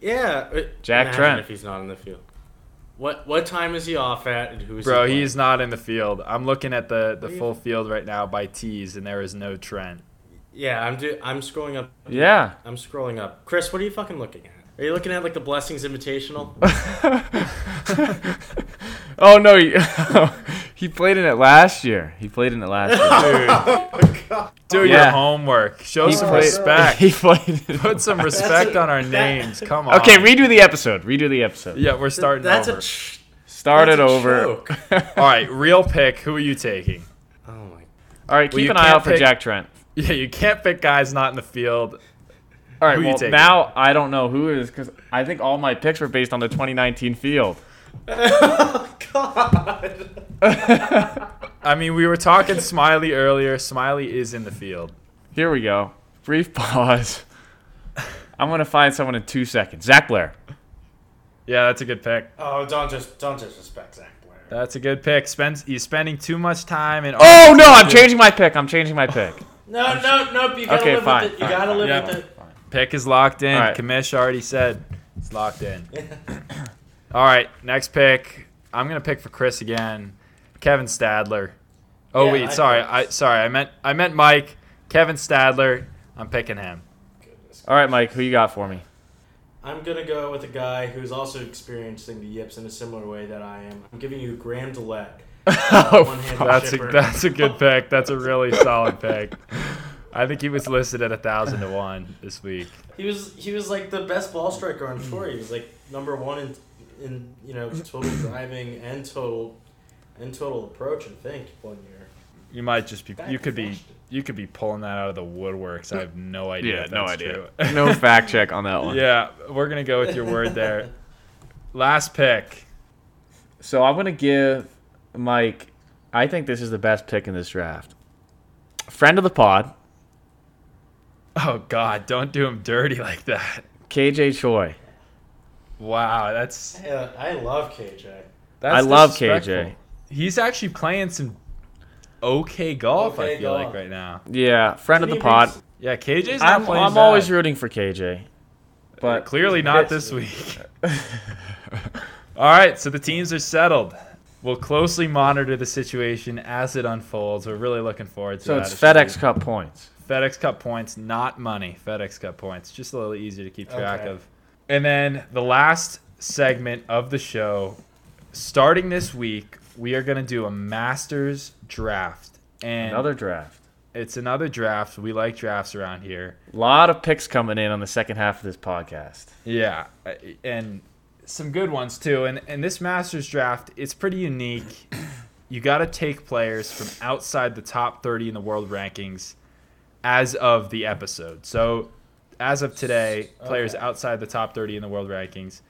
E: Yeah. uh,
C: Jack
E: imagine
C: Trent.
E: If he's not in the field. What what time is he off at and who's
D: Bro,
E: he playing?
D: he's not in the field. I'm looking at the, the full field right now by tees, and there is no Trent.
E: Yeah, I'm do I'm scrolling up.
C: yeah.
E: I'm scrolling up. Chris, what are you fucking looking at? Are you looking at like the Blessings Invitational?
C: [LAUGHS] Oh no, he, he played in it last year. He played in it last year.
D: [LAUGHS] Do your
C: Yeah.
D: homework. Show
C: He
D: some
C: played- [LAUGHS]
D: respect.
C: He played. in-
D: Put some respect
E: a-
D: on our
E: that-
D: names. Come on.
C: [LAUGHS] Okay, redo the episode. Redo the episode.
D: Yeah, we're [LAUGHS] starting
E: That's
D: over.
E: a. Ch-
C: Start it
E: that's a
C: over. [LAUGHS]
E: joke.
D: All right, real pick. Who are you taking? [LAUGHS]
E: oh my.
C: All right,
D: Well,
C: keep
D: you
C: an eye
D: can't
C: out for
D: pick-
C: Jack Trent.
D: Yeah, you can't pick guys not in the field.
C: All right,
D: Who you
C: well
D: taking?
C: now I don't know who it is because I think all my picks were based on the 2019 field.
E: God.
D: I mean, we were
E: [LAUGHS]
D: talking Smiley earlier. Smiley is in the field.
C: Here we go. Brief pause. I'm gonna find someone in two seconds. Zach
D: [LAUGHS]
C: Blair.
D: Yeah, that's a good pick.
E: Oh, don't just don't disrespect Zach Blair.
D: That's a good pick. Spends he's spending too much time in.
C: Oh no, I'm changing my pick. I'm changing my pick.
E: No, no, no. You gotta
C: Okay,
E: live
C: fine,
E: with it. You
C: fine,
E: gotta live
D: yeah.
E: with it.
D: Pick is locked in.
C: All right.
D: Kamish already said it's locked in. [CLEARS THROAT] All right, next pick. I'm gonna pick for Chris again. Kevin Stadler. Oh
E: Yeah,
D: wait,
E: I
D: sorry.
E: think-
D: I sorry. I meant I meant Mike. Kevin Stadler. I'm picking
E: [LAUGHS]
D: him.
C: All right, Mike, who you got for me?
E: I'm gonna go with a guy who's also experiencing the yips in a similar way that I am. I'm giving you Graham
D: [LAUGHS]
E: Dillette. One-handed
D: Oh, That's a
E: shipper.
D: that's a good pick. That's
E: [LAUGHS]
D: a really solid pick. I think he was listed at a thousand to one this week.
E: He was he was like the best ball striker on tour. He was like number one in in you know total driving and total and total approach. I think one year.
D: You might just be
E: Back
D: you
E: to
D: could be
E: Washington.
D: you could be pulling that out of the woodworks. I have no idea. if that's true.
C: [LAUGHS]
D: [LAUGHS]
C: no fact check on that one.
D: yeah, we're gonna go with your word
E: [LAUGHS]
D: there. Last pick.
C: So I'm gonna give Mike. I think this is the best pick in this draft. Friend of the pod,
D: Oh God, don't do him dirty like that.
C: KJ Choi.
D: Wow, that's
E: Yeah, I love KJ.
D: that's
C: I love
D: disrespectful.
C: KJ.
D: He's actually playing some okay golf. I
E: Okay
D: feel like
E: golf.
D: right now.
C: Yeah, friend of
E: Did
C: the
E: he
C: pod.
E: reach-
D: Yeah, KJ's not
C: I'm,
D: playing.
C: I'm always
D: bad.
C: rooting for KJ, but
D: Clearly not this week.
C: [LAUGHS]
D: All right, so the teams are settled. We'll closely monitor the situation as it unfolds. We're really looking forward to
C: so
D: that.
C: it's
D: It should
C: FedEx Cup points.
D: be FedEx Cup points, not money. FedEx Cup points, just a little easier to keep track
E: Okay.
D: of. And then the last segment of the show, starting this week, we are going to do a Masters draft, and
C: Another draft.
D: it's another draft. We like drafts around here.
C: A lot of picks coming in on the second half of this podcast.
D: Yeah, I- and some good ones too. And and this Masters draft, it's pretty unique. You got to take players from outside the top 30 in the world rankings as of the episode. So, as of today, players outside the top 30 in the world rankings.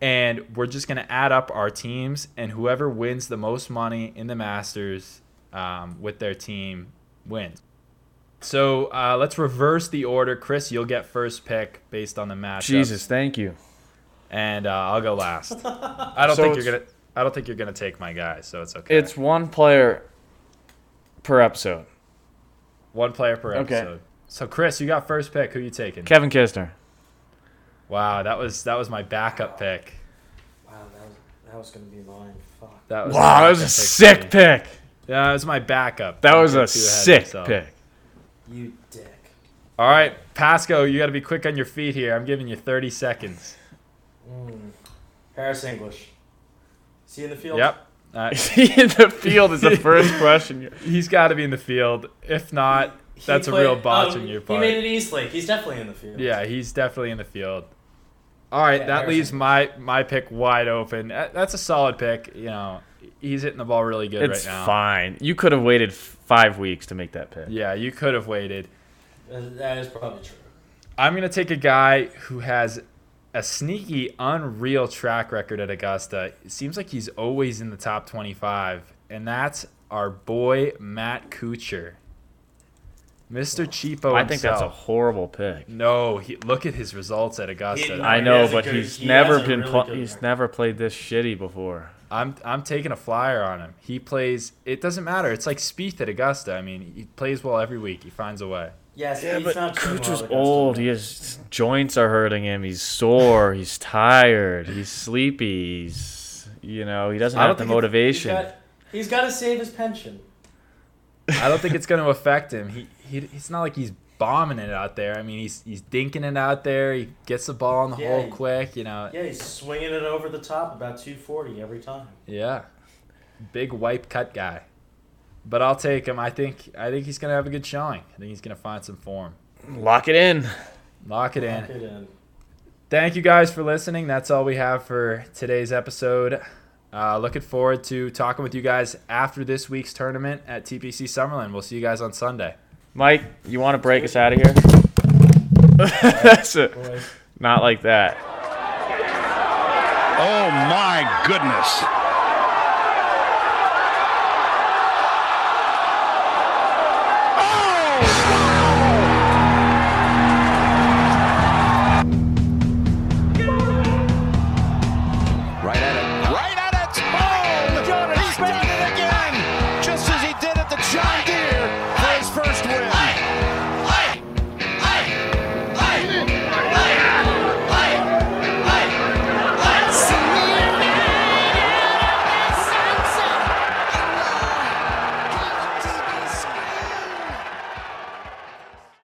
D: And we're just going to add up our teams, and whoever wins the most money in the Masters um, with their team wins. So uh, let's reverse the order. Chris, you'll get first pick based on the matchup
C: Jesus, thank you.
D: and uh, I'll go last.
E: [LAUGHS]
D: I don't
C: So
D: think you're
C: it's-
D: gonna. I don't think you're gonna take my guy, so it's okay.
C: It's one player per episode.
D: one player per
C: Okay.
D: episode. So Chris, you got first pick. Who you taking?
C: Kevin Kisner.
D: Wow, that was that was my backup pick.
E: Wow, that was that was gonna be mine. Fuck.
D: That was
C: Wow, that was a sick
D: pick.
C: pick.
D: for me. Yeah, that was my backup.
C: That
D: I'm
C: was
D: getting
C: a
D: too ahead of
C: sick
D: myself.
C: pick.
E: You dick.
D: All right, Pasco, you got to be quick on your feet here. I'm giving you 30 seconds.
E: Mm. Harris English. See in the field.
D: Yep. Uh,
C: in [LAUGHS] the field is the first question.
D: he's got to be in the field. If not,
E: He
D: that's a
E: played-
D: real botch
E: oh,
D: on your
E: He
D: part.
E: made it Eastlake. He's definitely in the field.
D: Yeah, he's definitely in the field. All right,
E: Yeah,
D: that
E: there's
D: leaves
E: him.
D: my my pick wide open. That- That's a solid pick. You know, he's hitting the ball really good
C: It's
D: right now.
C: fine. You could have waited f- five weeks to make that pick.
D: Yeah, you could have waited.
E: Uh, That that is probably true.
D: I'm gonna take a guy who has a sneaky, unreal track record at Augusta. It seems like he's always in the top 25, and that's our boy Matt Kuchar, Mr.
E: Oh,
D: Cheapo.
C: I think that's a
D: himself.
C: horrible pick.
D: no. He, look at his results at Augusta.
E: Oh, He-
C: I
E: he
C: know,
E: has a
C: but
E: good-
C: he's
E: he
C: never
E: has a
C: been
E: really
C: pla-
E: good
C: he's
E: record.
C: never played this shitty before.
D: I'm I'm taking a flyer on him. He plays. It doesn't matter. It's like Spieth at Augusta. I mean, he plays well every week. He finds a way.
E: Yes,
C: Yeah,
E: he's
C: but
E: not doing well
C: Kuchar's
E: against
C: old.
E: him.
C: He has joints are hurting him. He's sore. he's tired. He's sleepy. He's you know he doesn't
D: I don't
C: have the
D: think it's-
E: He's
C: motivation.
E: got, he's got to save his pension.
D: I don't think it's going to affect him. He, he it's not like he's bombing it out there. I mean, he's he's dinking it out there. He gets the ball in the
E: Yeah,
D: hole
E: he-
D: quick. You know, yeah.
E: Yeah, he's swinging it over the top about 240 every time.
D: big wipe cut guy. But I'll take him. I think I think he's going to have a good showing. I think he's going to find some form.
C: Lock it in.
D: Lock it in.
E: Lock it in.
D: Thank you guys for listening. That's all we have for today's episode. Uh, looking forward to talking with you guys after this week's tournament at TPC Summerlin. We'll see you guys on Sunday.
C: Mike, you want to break us out of here? [LAUGHS] That's it.
E: Boys.
C: Not like that.
A: Oh my goodness. Oh,